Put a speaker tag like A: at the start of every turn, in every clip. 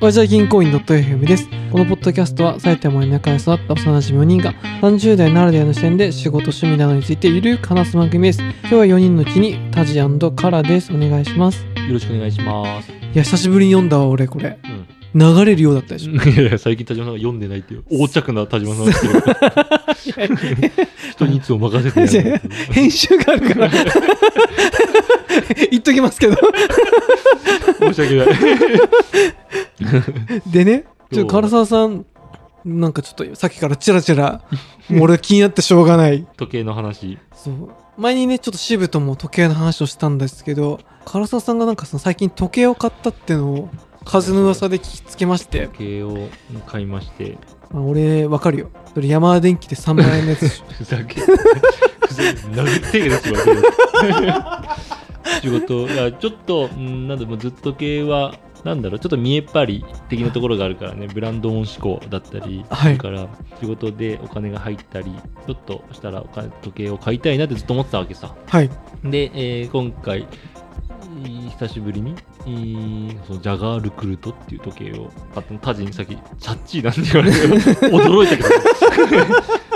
A: 親父は銀行員 .fm です。このポッドキャストは埼玉の田舎で育った幼馴染4人が30代ならではの視点で仕事趣味などについてゆるく話す番組です。今日は4人のうちにタジカラです。お願いします。
B: よろしくお願いします。
A: いや、久しぶりに読んだわ、俺これ。
B: うん。
A: 流れるようだったでしょ。
B: いやいや、最近田島さんが読んでないっていう、横着な田島さんですけど、 人にいつも任せてやるっていう。
A: 編集がある から。言っときますけど。
B: 申し訳ない。
A: でね、ちょっと唐沢さん、なんかちょっとさっきからチラチラ、もう俺は気になってしょうがない。
B: 時計の話。
A: そう前にねちょっと渋とも時計の話をしたんですけど唐沢さんがなんかその最近時計を買ったってのを風の噂で聞きつけまして
B: 時計を買いまして、
A: あ俺わかるよそれ山田電機で3万円のやつで しょ
B: ふざけ、ふざ殴ってえけど、すごい。仕事、いや、ちょっと、うんなんだろう、ずっと系は、なんだろう、ちょっと見えっ張り的なところがあるからね、ブランドオン志向だったり、
A: は
B: そ
A: い
B: れから仕事でお金が入ったり、ちょっとしたらお金時計を買いたいなってずっと思ってたわけさ。
A: はい
B: で、えー今回、えー久しぶりに、えーそのジャガールクルトっていう時計を買ったの、タジにさっき、チャッチーなんて言われて、驚いたけど。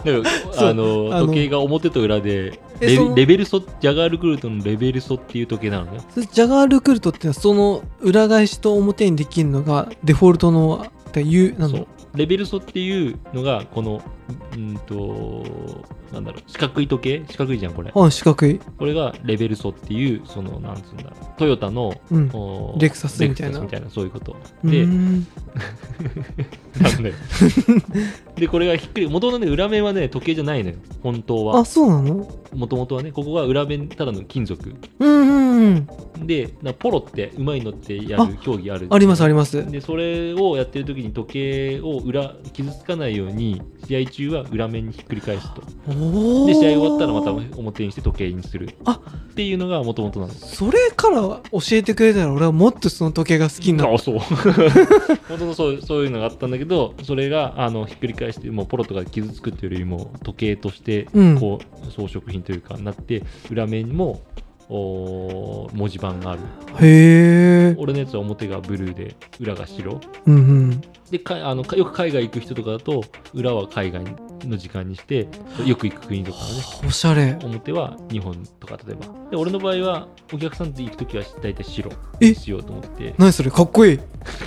B: だから
A: そう
B: あの
A: あの
B: 時計が表と裏で
A: え
B: レ
A: その
B: ベレベルソジャガールクルトのレベルソっていう時計なのね
A: それジャガールクルトってのはその裏返しと表にできるのがデフォルトのっていうなんだ
B: そうレベルソっていうのがこのううんとなんだろう四角い時計四角いじゃんこれ
A: あ四角い
B: これがレベルソっていうそのなんつうんだろうトヨタの
A: うん
B: お
A: レクサスみたいな
B: レクサスみたいなそういうこと
A: う
B: で
A: ーん
B: なんだよ でこれがひっくり元のね裏面はね時計じゃないのよ本当
A: あ
B: は
A: そうなの
B: 元々はねここが裏面ただの金属
A: うんうんうん
B: でなポロってうまいのってやる競技ある
A: ありますあります
B: でそれをやってる時に時計を裏傷つかないように試合中は裏面にひっくり返すと
A: おー
B: で試合終わったらまた表にして時計にする
A: あ
B: っていうのがもともとなの
A: それから教えてくれたら俺はもっとその時計が好きになる
B: あそう 本当のそうそういうのがあったんだけどそれがあのひっくり返してもうポロとか傷つくっていうよりも時計として
A: うん
B: こう装飾品というかなって裏面にもおー文字盤がある
A: へえ
B: 俺のやつは表がブルーで裏が白
A: うんうん
B: でかあのかよく海外行く人とかだと裏は海外の時間にしてよく行く国とかはね
A: おしゃれ
B: 表は日本とか例えばで俺の場合はお客さんと行く時は大体白
A: え
B: にしようと思って
A: 何それかっこいい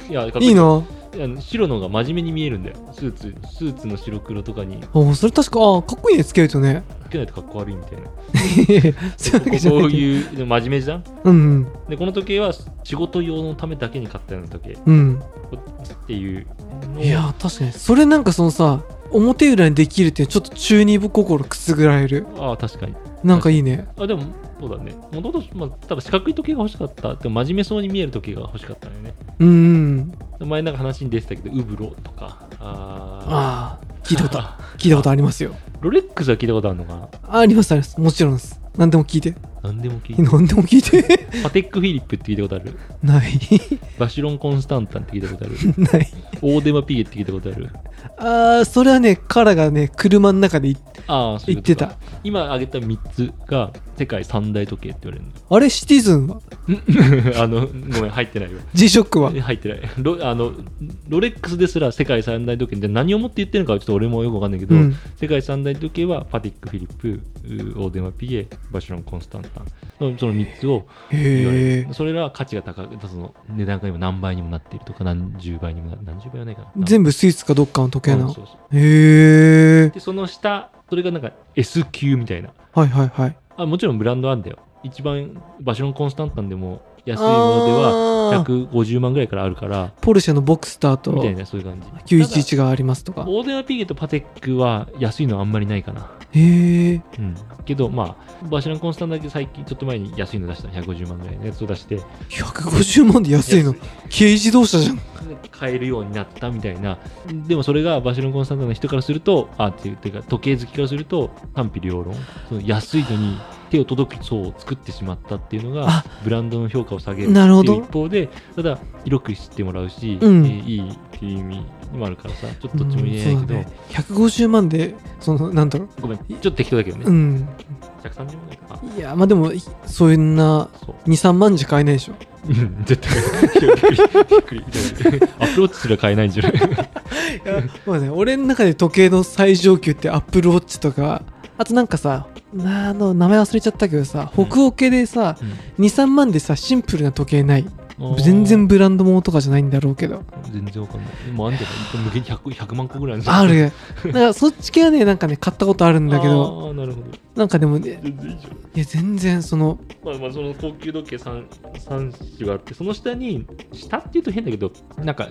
B: いやかっこ
A: いいな
B: あの白の方が真面目に見えるんだよスーツスーツの白黒とかに
A: あそれ確かあかっこいいねつけるとね
B: つけないとかっこ悪いみたいな
A: そういうわけじゃ
B: こ
A: な
B: う
A: いけ
B: いうでも真面目じゃん
A: どうん
B: でこの時計は仕事用のためだけに買ったような時計
A: うん
B: っていう
A: う
B: の
A: ん
B: を
A: いや確かにそれなんかそのさ表裏にできるっていうちょっと中二心くすぐられる
B: ああ確かに
A: なんかいいね
B: あでもそうだねもともと、まあ、ただ四角い時計が欲しかったでも真面目そうに見える時計が欲しかったんだよね
A: うんうん
B: 前なんか話に出てたけどウブロとかあ
A: ああ聞いたことあ 聞いたことありますよ
B: ロレックスは聞いたことあるのかな
A: あありますありますもちろんです何でも聞いて
B: 何でも聞いて
A: 何でも聞いて
B: パテック・フィリップって聞いたことある
A: ない
B: バシロン・コンスタンタンって聞いたこと ある
A: ない
B: オーデマ・ピゲって聞いたことある
A: あーそれはねカラがね車の中でい
B: ああそうい
A: 言
B: うこ
A: って
B: とか
A: た
B: 今挙げた3つが世界三大時計って言われる
A: あれシティズンは
B: のあのごめん入ってないよ
A: G ショックは
B: 入ってないロあのロレックスですら世界三大時計で何をもって言ってるのかはちょっと俺もよくわかんないけど、
A: うん
B: 世界三大時計はパティック・フィリップうオーデマ・ピゲバシロン・コンスタンタンのその3つを言われ
A: へえ
B: るそれらは価値が高くその値段が今何倍にもなっているとか何十倍にもな何十倍はないかな
A: 全部スイーツかどっかの時計な
B: うん
A: の
B: そうそう
A: へえ
B: でその下それがなんか S 級みたいな
A: はいはいはい
B: あもちろんブランドあんだよ一番バシロンコンスタンタンでも安いものでは
A: あー
B: 150万ぐらいからあるから
A: ポルシェのボクスターと
B: みたいなそういう感じた
A: 911がありますと
B: だ
A: か
B: オーデマピゲとパテックは安いのはあんまりないかな
A: へえ
B: うんけどまあバシロンコンスタンタンだけ最近ちょっと前に安いの出したの150万ぐらいのやつを出して
A: 150万で安いの軽自動車じゃん
B: 買えるようになったみたいなでもそれがバシロンコンスタンタンの人からするとあっていうてか時計好きからすると賛否両論その安いのに手を届く層を作ってしまったっていうの
A: あ
B: がブランドの評価を下げるって
A: なる
B: い
A: ほ
B: う
A: ど
B: 一方でただ広く知ってもらうし、
A: うん
B: えーいいってっていう意味にもあるからさちょっとどっちも言えないけど、
A: うんそうだね150万でそのなんだろう
B: ごめんちょっと適当だけどね、
A: うん
B: 130万ぐらいかない
A: やまあでもそんな
B: そう
A: 23万じゃ買えないでしょ
B: うん絶対びっくりびっくりアプローチすら買えないんじゃない
A: まあね、俺の中で時計の最上級ってアップルウォッチとかあとなんかさなあの名前忘れちゃったけどさ
B: うん
A: 北欧系でさ、23万でさシンプルな時計ない全然ブランドものとかじゃないんだろうけど
B: 全然わかんないもうあんじゃない無限に 100, 100万個ぐらいる
A: あるだからそっち系はねなんかね買ったことあるんだけど
B: あーなるほど
A: なんかでもね
B: 全然以上
A: いや全然その
B: まあまあその高級時計 3, 三種があってその下に下っていうと変だけどなんか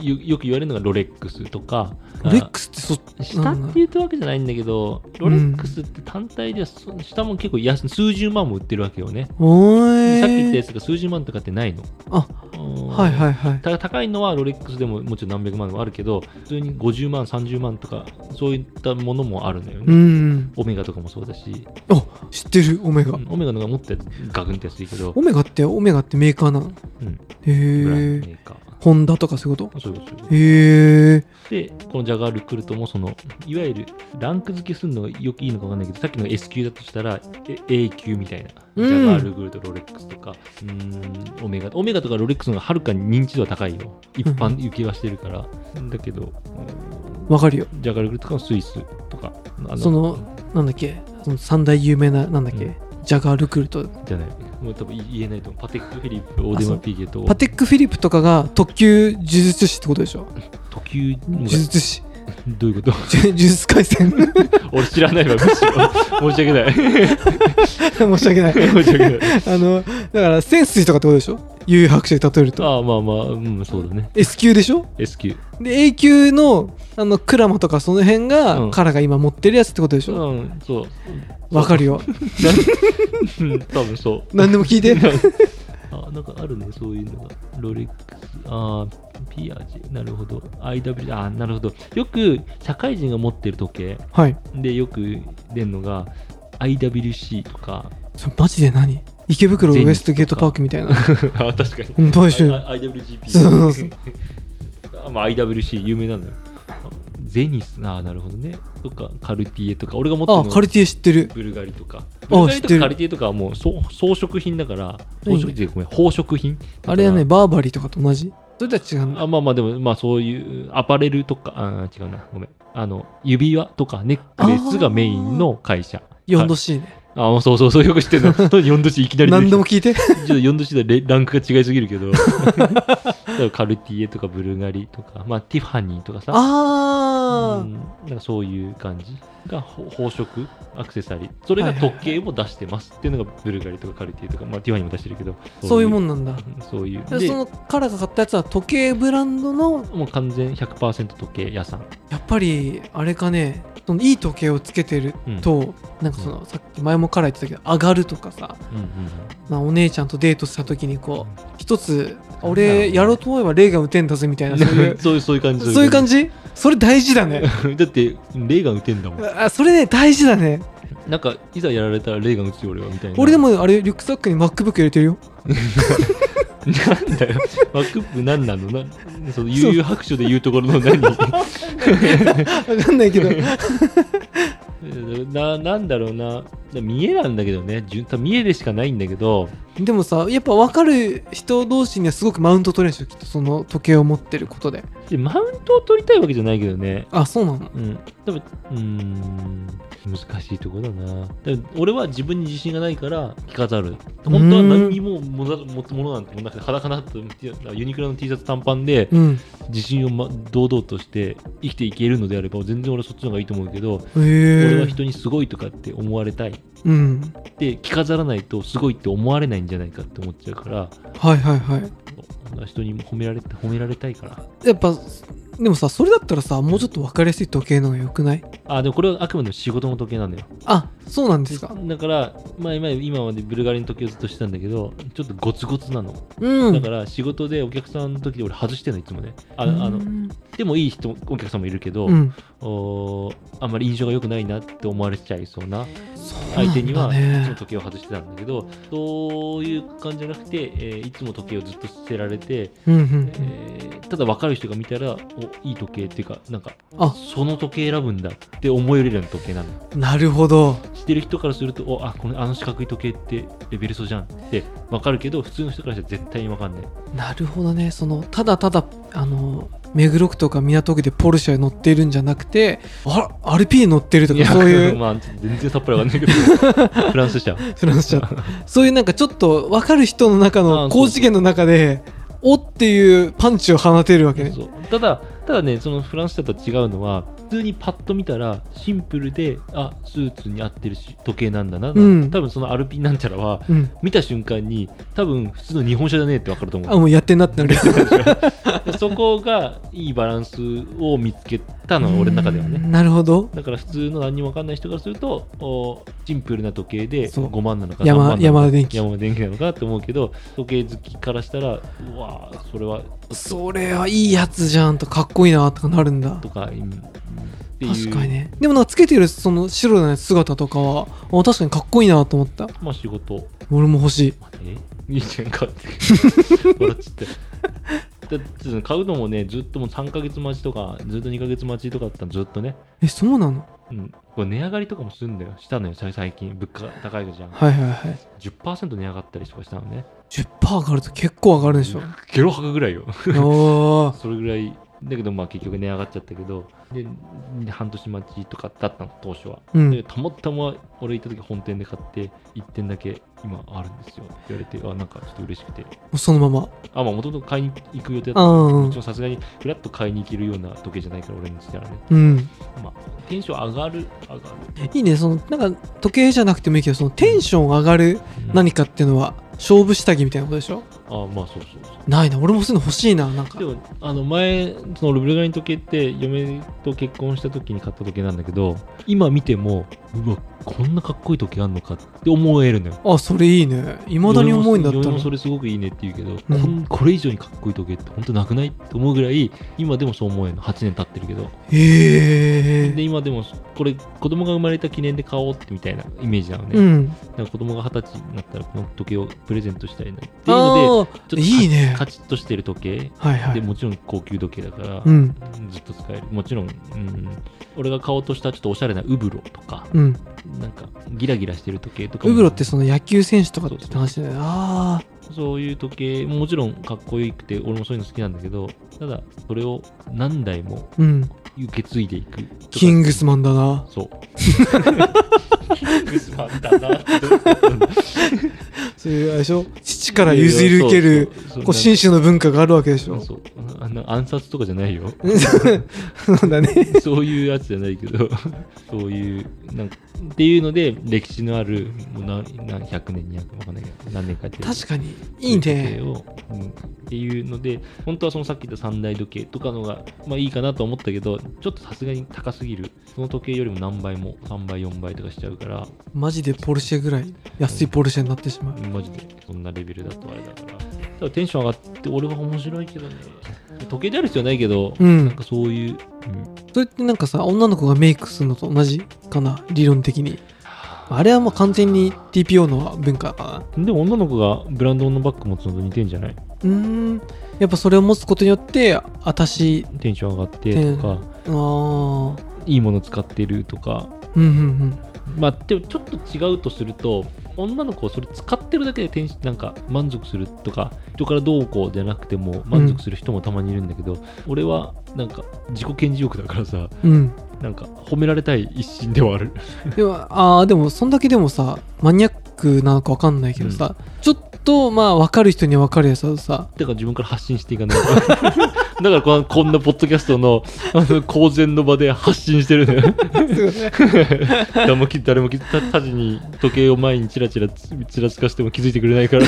B: よよく言われるのがロレックスとか
A: レックスってそ
B: あ下っていうとわけじゃないんだけどロレックスって単体ではそ下も結構安い数十万も売ってるわけよね、
A: おー
B: さっき言ったやつが数十万とかってないの
A: あはいはいはい
B: た高いのはロレックスでももちろん何百万もあるけど普通に50万30万とかそういったものもあるのよね、
A: うん
B: オメガとかもそうだし、
A: あ知ってるオメガ、
B: うんオメガのがもっとガクンって安いけど
A: オ、メガってオメガってメーカーなの
B: うん、
A: へ
B: ブランドメ
A: え
B: ーカー
A: ホンダとかそういうこと
B: そういうことそういうこと
A: へえ
B: で、このジャガールクルトも、その、いわゆる、ランク付けするのがよくいいのかわかんないけど、さっきの S 級だとしたら、A A 級みたいな。
A: う
B: ジ
A: ん
B: ャガールクルト、ロレックスとか、うーん、オメガ。オメガとかロレックスの方がはるかに認知度は高いよ。一般受けはしてるから。だけど、
A: わかるよ
B: ジャガールクルトとかのスイスとか、あ
A: その、なんだっけその三大有名ななんだっけ、
B: うん
A: ジャガールクルト
B: じゃない。もう多分言えないと思う。パテック・フィリップ、オーデマ・ピーゲと、
A: パテック・フィリップとかが特級呪術師ってことでしょ
B: 特急、
A: 呪術師
B: どういうこと
A: 呪術廻戦
B: 俺知らないわ、むしろ。申し訳ない。
A: 申し訳ない
B: 申し訳ない。
A: あのだから潜水とかってことでしょ幽遊白書で例えると
B: ああ、まあまあ、うん、そうだね。
A: S 級でしょ
B: S 級。
A: で A 級のあのクラマとかその辺が、
B: うん
A: カラが今持ってるやつってことでし
B: う
A: ょ
B: ん、そう。
A: わ、かるよ
B: そう。 うん多分そう。
A: 何でも聞いて
B: あ、なんかあるね、そういうのが。ロレックス、あーピアージュ、なるほど。IW、あーなるほど。よく、社会人が持ってる時計
A: はい
B: でよく出るのが、IWC とか、
A: それマジで何池袋ウエストゲートパークみたいな
B: あ確かに。
A: うんどうでしょう
B: I- IWGP。
A: そうそうそう
B: あ まあ、IWC 有名なんだよ。あゼニス、あーなるほどね。とか、カルティエとか、俺が持ってる
A: あ
B: のは
A: カルティエ知ってる
B: ブルガリとか。ブル
A: あ
B: ガリ
A: 知って
B: とか
A: る
B: カルティエとかはもうそう装飾品だから、
A: うん
B: 装飾品ごめん、宝飾品。
A: あれはね
B: だか
A: バーバリーとかと同じそれとは違うん
B: ら、
A: だ
B: あまあまあでも、まあそういうアパレルとか、あー違うな、ごめん。あの、指輪とかネックレスがメインの会社。
A: 4度
B: 市。
A: C ね
B: ああ、そうそうそう、よく知って るの。4度市いきなり出て
A: 何
B: きた。
A: でも聞いて
B: ちょっと4度市でレランクが違いすぎるけ ど。だからカルティエとかブルガリとか、まあティファニーとかさ。
A: あー
B: うんなんかそういう感じがほ宝飾アクセサリーそれが時計も出してますっていうのがブルガリとかカルティとか、まあ、ティファニーも出してるけど
A: そういうも
B: ん
A: んなんだ
B: そういう
A: で
B: で
A: そのカラが買ったやつは時計ブランドの
B: もう完全100%時計屋さん
A: やっぱりあれかねそのいい時計をつけてると、なんかそのさっき前もカラ言ってたけど上がるとかさ
B: うんうん
A: まあお姉ちゃんとデートした時にこう一つ
B: んなるほ
A: 俺
B: ど
A: やろうと思えば霊が打てんだぜみたいなそういう
B: そういうそういう感じ
A: そういう感じそれ大事だね
B: だってレーガン打てんだもん
A: あそれね大事だね
B: なんかいざやられたらレーガン打つよ俺はみたいな
A: 俺でもあれリュックサックに MacBook 入れてるよ
B: なんだよバックアップ何なのなその悠々白書で言うところの何
A: 分かんないけど
B: ななんだろうな見えなんだけどね順多分見えでしかないんだけど
A: でもさやっぱ分かる人同士にはすごくマウント取れるでしょきっとその時計を持ってることで
B: でマウントを取りたいわけじゃないけどね。
A: あそうなの
B: うん。多分、うーん、難しいとこだな。でも俺は自分に自信がないから着飾る。本当は何にももなもものなんてもなくて、裸なと、ユニクロの T シャツ短パンで
A: うん
B: 自信を、ま、堂々として生きていけるのであれば、全然俺はそっちの方がいいと思うけど、
A: へえ
B: 俺は人にすごいとかって思われたい。
A: うん
B: で、着飾らないとすごいって思われないんじゃないかって思っちゃうから、
A: はいはいはい
B: 人に褒められて、褒められたいから。
A: やっぱでもさそれだったらさもうちょっと分かりやすい時計の方がよくない
B: あ、でもこれはあくまでも仕事の時計なんだよ。
A: あそうなんですか
B: だから、まあ、今今までブルガリの時をずっとしてたんだけどちょっとゴツゴツなの、
A: う
B: だ
A: ん
B: から仕事でお客さんの時俺外してんのいつもねああの
A: うん
B: でもいい人お客さんもいるけど、
A: うん、
B: おーあんまり印象が良くないなって思われちゃいそうな
A: そう
B: 相
A: な
B: 手に
A: んだ
B: は、いつも
A: ね。
B: 時計を外してたんだけどそういう感じじゃなくて、えーいつも時計をずっと捨てられて、
A: うんうん
B: えーただ分かる人が見たらおいい時計っていうかなんか
A: あ
B: その時計選ぶんだって思えるような時計なの
A: うん。なるほど。
B: してる人からするとおあこのあの四角い時計ってレベルソじゃんって分かるけど普通の人からしたら絶対に分かんない
A: なるほどね。そのただただあの目黒区とか港区でポルシェ乗っているんじゃなくて、あら RP 乗ってるとか
B: いや
A: そういう
B: まあ全然さっぱり分 かんないけどフランスじゃん
A: フランスじゃん そういうなんかちょっと分かる人の中の
B: あそう
A: 高次元の中でおっていうパンチを放てるわけね。
B: そうただただねそのフランス社とは違うのは普通にパッと見たらシンプルであスーツに合ってるし時計なんだな、
A: うん
B: 多分そのアルピンなんちゃらは
A: うん。
B: 見た瞬間に多分普通の日本車じゃねえって分かると
A: あ
B: 思う
A: もうやってんなってなる。
B: でそこがいいバランスを見つけたのは俺の中では
A: う
B: ね
A: ん なるほど。
B: だから普通の何にも分かんない人からするとおシンプルな時計で
A: そう
B: 5万なのか3
A: 山
B: 万なの
A: 山
B: か
A: 田電機
B: 山田電機なのかって思うけど時計好きからしたらうわーそれは
A: それはいいやつじゃんとかっこいいなとかなるんだ
B: と。か、うん、っていう
A: 確かにね。でもなんかつけてるその白の姿とかはあ確かにかっこいいなと思った。
B: まあ仕事
A: 俺も欲しい。
B: え兄ちゃん 買って笑っちゃっただって買うのもねずっともう3ヶ月待ちとかずっと2ヶ月待ちとかだったのずっとね、
A: えそうなの
B: うん、これ値上がりとかもするんだよしたのよ最最近物価が高いじゃん
A: はいはいはい。
B: 10%値上がったりとかしたのね
A: 10%上がると結構上がるでしょ。
B: ゲロ吐くぐらいよ
A: おー
B: それぐらいだけどまあ結局値上がっちゃったけどで半年待ちとかだったの当初は、
A: うん
B: でたまたま俺行った時本店で買って1点だけ今あるんですよって言われてあなんかちょっと嬉しくて
A: もうそのまま。
B: あまあもともと買いに行く予定だった
A: あ
B: も
A: ー
B: ちろんさすがにフラッと買いに行けるような時計じゃないから俺にしたらね、
A: うん。
B: まあ、テンション上がる上がる、
A: いいね。そのなんか時計じゃなくてもいいけどそのテンション上がる何かっていうのは勝負下着みたいなことでしょ
B: あまあそうそうそ
A: ないな俺もそういうの欲しいななんか
B: うでもあの前そのルブルガリの時計って嫁と結婚した時に買った時計なんだけど今見てもうわこんなかっこいい時計あんのかって思えるのよ
A: あそれいいねいまだに思いんだった
B: 嫁
A: ら
B: もそれすごくいいねって言うけど、
A: うん
B: こんこれ以上にかっこいい時計って本当なくないって思うぐらい今でもそう思えるの8年経ってるけど
A: へえ
B: で今でもこれ子供が生まれた記念で買おうってみたいなイメージなのね、
A: うん
B: だから子供が二十歳になったらこの時計をプレゼントしたいなっていう
A: あ
B: の
A: ー
B: でちょっと
A: いいね
B: カチッとしてる時計
A: はいは
B: で
A: い
B: もちろん高級時計だから、
A: うん
B: ずっと使えるもちろん、うん、俺が買おうとしたちょっとおしゃれなウブロとか
A: うん
B: なんかギラギラしてる時計とかも
A: ウブロってその野球選手とかって話だよねあ
B: そういう時計もちろんかっこよくて俺もそういうの好きなんだけどただそれを何台も
A: ーうん
B: 受け継いでいくとか
A: キングスマンだな
B: そう キングスマンだなって
A: そういうあれでしょ父から譲り受ける
B: そうそうそう
A: こう紳士の文化があるわけでしょ
B: そうあの暗殺とかじゃないよ
A: そうだね
B: そういうやつじゃないけど そういうなんかっていうので歴史のあるもう何何100年200年わかんないけど何年かやってる
A: 確かにいいね
B: 時計を、うんっていうので本当はそのさっき言った三大時計とかのが、まあ、いいかなと思ったけどちょっとさすがに高すぎるその時計よりも何倍も3倍4倍とかしちゃうから
A: マジでポルシェぐらい安いポルシェになってしまう
B: マジでそんなレベルだとあれだからただテンション上がって俺は面白いけどね時計である必要はないけど、
A: うん
B: なんかそういう、うん
A: それってなんかさ女の子がメイクするのと同じかな理論的にあれはもう完全に TPO の文化かな
B: でも女の子がブランドのバッグ持つのと似てんじゃないう
A: ーんやっぱそれを持つことによってあたし
B: テンション上がってとか、
A: あー
B: いいもの使ってるとか
A: うんうん
B: まあでもちょっと違うとすると女の子はそれ使ってるだけでテンシなんか満足するとか人からどうこうじゃなくても満足する人もたまにいるんだけど、俺はなんか自己顕示欲だからさ
A: うん
B: なんか褒められたい一心ではある
A: うんでもあーでもそんだけでもさマニアックなのかわかんないけどさ、ちょっとまあ分かる人には分かるやつだとさ
B: だから自分から発信していか ないとだからこのこんなポッドキャストのあの公然の場で発信してるのよ誰もき誰もきたたちに時計を前にチラチラつちらつかしても気づいてくれないから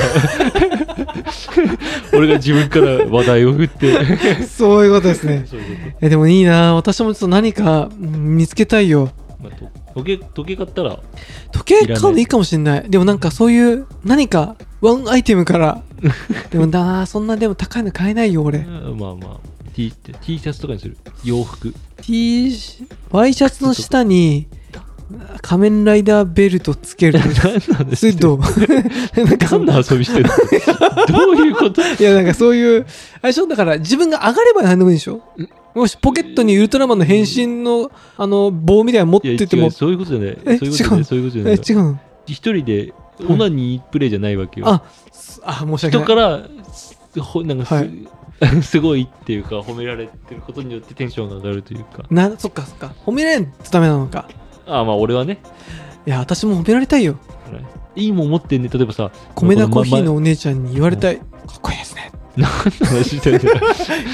B: 俺が自分から話題を振って
A: そういうことですね
B: そういうこ
A: えでもいいな私もちょっと何かうん見つけたいよ
B: と、まあと時計時計買ったら
A: 時計買うのいいかもしれないでもなんかそういう何かワンアイテムからでもだなそんなでも高いの買えないよ俺
B: まあまあ T, T シャツとかにする 洋服
A: T シワイシャツの下に仮面ライダーベルトつける
B: 何なんです
A: それ どうなんかそ
B: 何の遊びして るのどういうこと
A: いやなんかそういうあれでしょだから自分が上がれば何でもいいでしょもしポケットにウルトラマンの変身のあの棒みたいなの持っ
B: いや
A: てても
B: 違うそういうことじゃない
A: え
B: そういうことじゃな
A: 違
B: いうそういうことじゃな
A: え
B: い
A: 違うの
B: 一人でオナニープレイじゃないわけよ、
A: あすあ申し訳
B: 人
A: ない
B: からすほなんかす,、
A: は
B: すごいっていうか褒められてることによってテンションが上がるというか
A: なそっかそっか褒められんとダメなのか
B: ああまあ俺はね
A: いや私も褒められたいよ
B: いいもん持ってんね例えばさ
A: 米田コーヒー
B: ま
A: のお姉ちゃんに言われたいかっこいいですね
B: ま何の話してるんだよ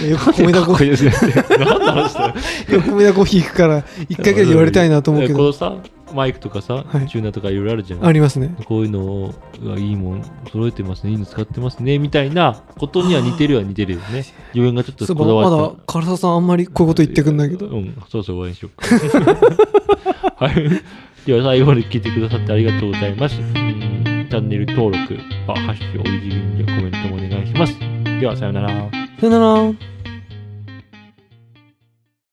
A: いやよく 米田コーヒ
B: いいですね何の話して
A: ーよ
B: る
A: く米田コーヒー行くから 一回ぐらい言われたいなと思うけ
B: こ
A: ど
B: のさマイクとかさ、
A: はい
B: チューナーとかいろいろあるじゃん
A: ありますね
B: こういうのをうわいいもん揃えてますねいいの使ってますねみたいなことには似てるは似てるよね自分がちょっ
A: そ
B: と
A: ういえ
B: こ
A: ば
B: だ
A: ま
B: わっ
A: だ
B: た
A: 唐沢さんあんまりこういうこと言ってくんないけど
B: うん、そうそう、終わりにしようか。 はい。では、最後まで聞いてくださってありがとうございます。うんチャンネル登録、あハッシュ、オリジンやコメントもお願いします。では、さようなら。
A: さよなら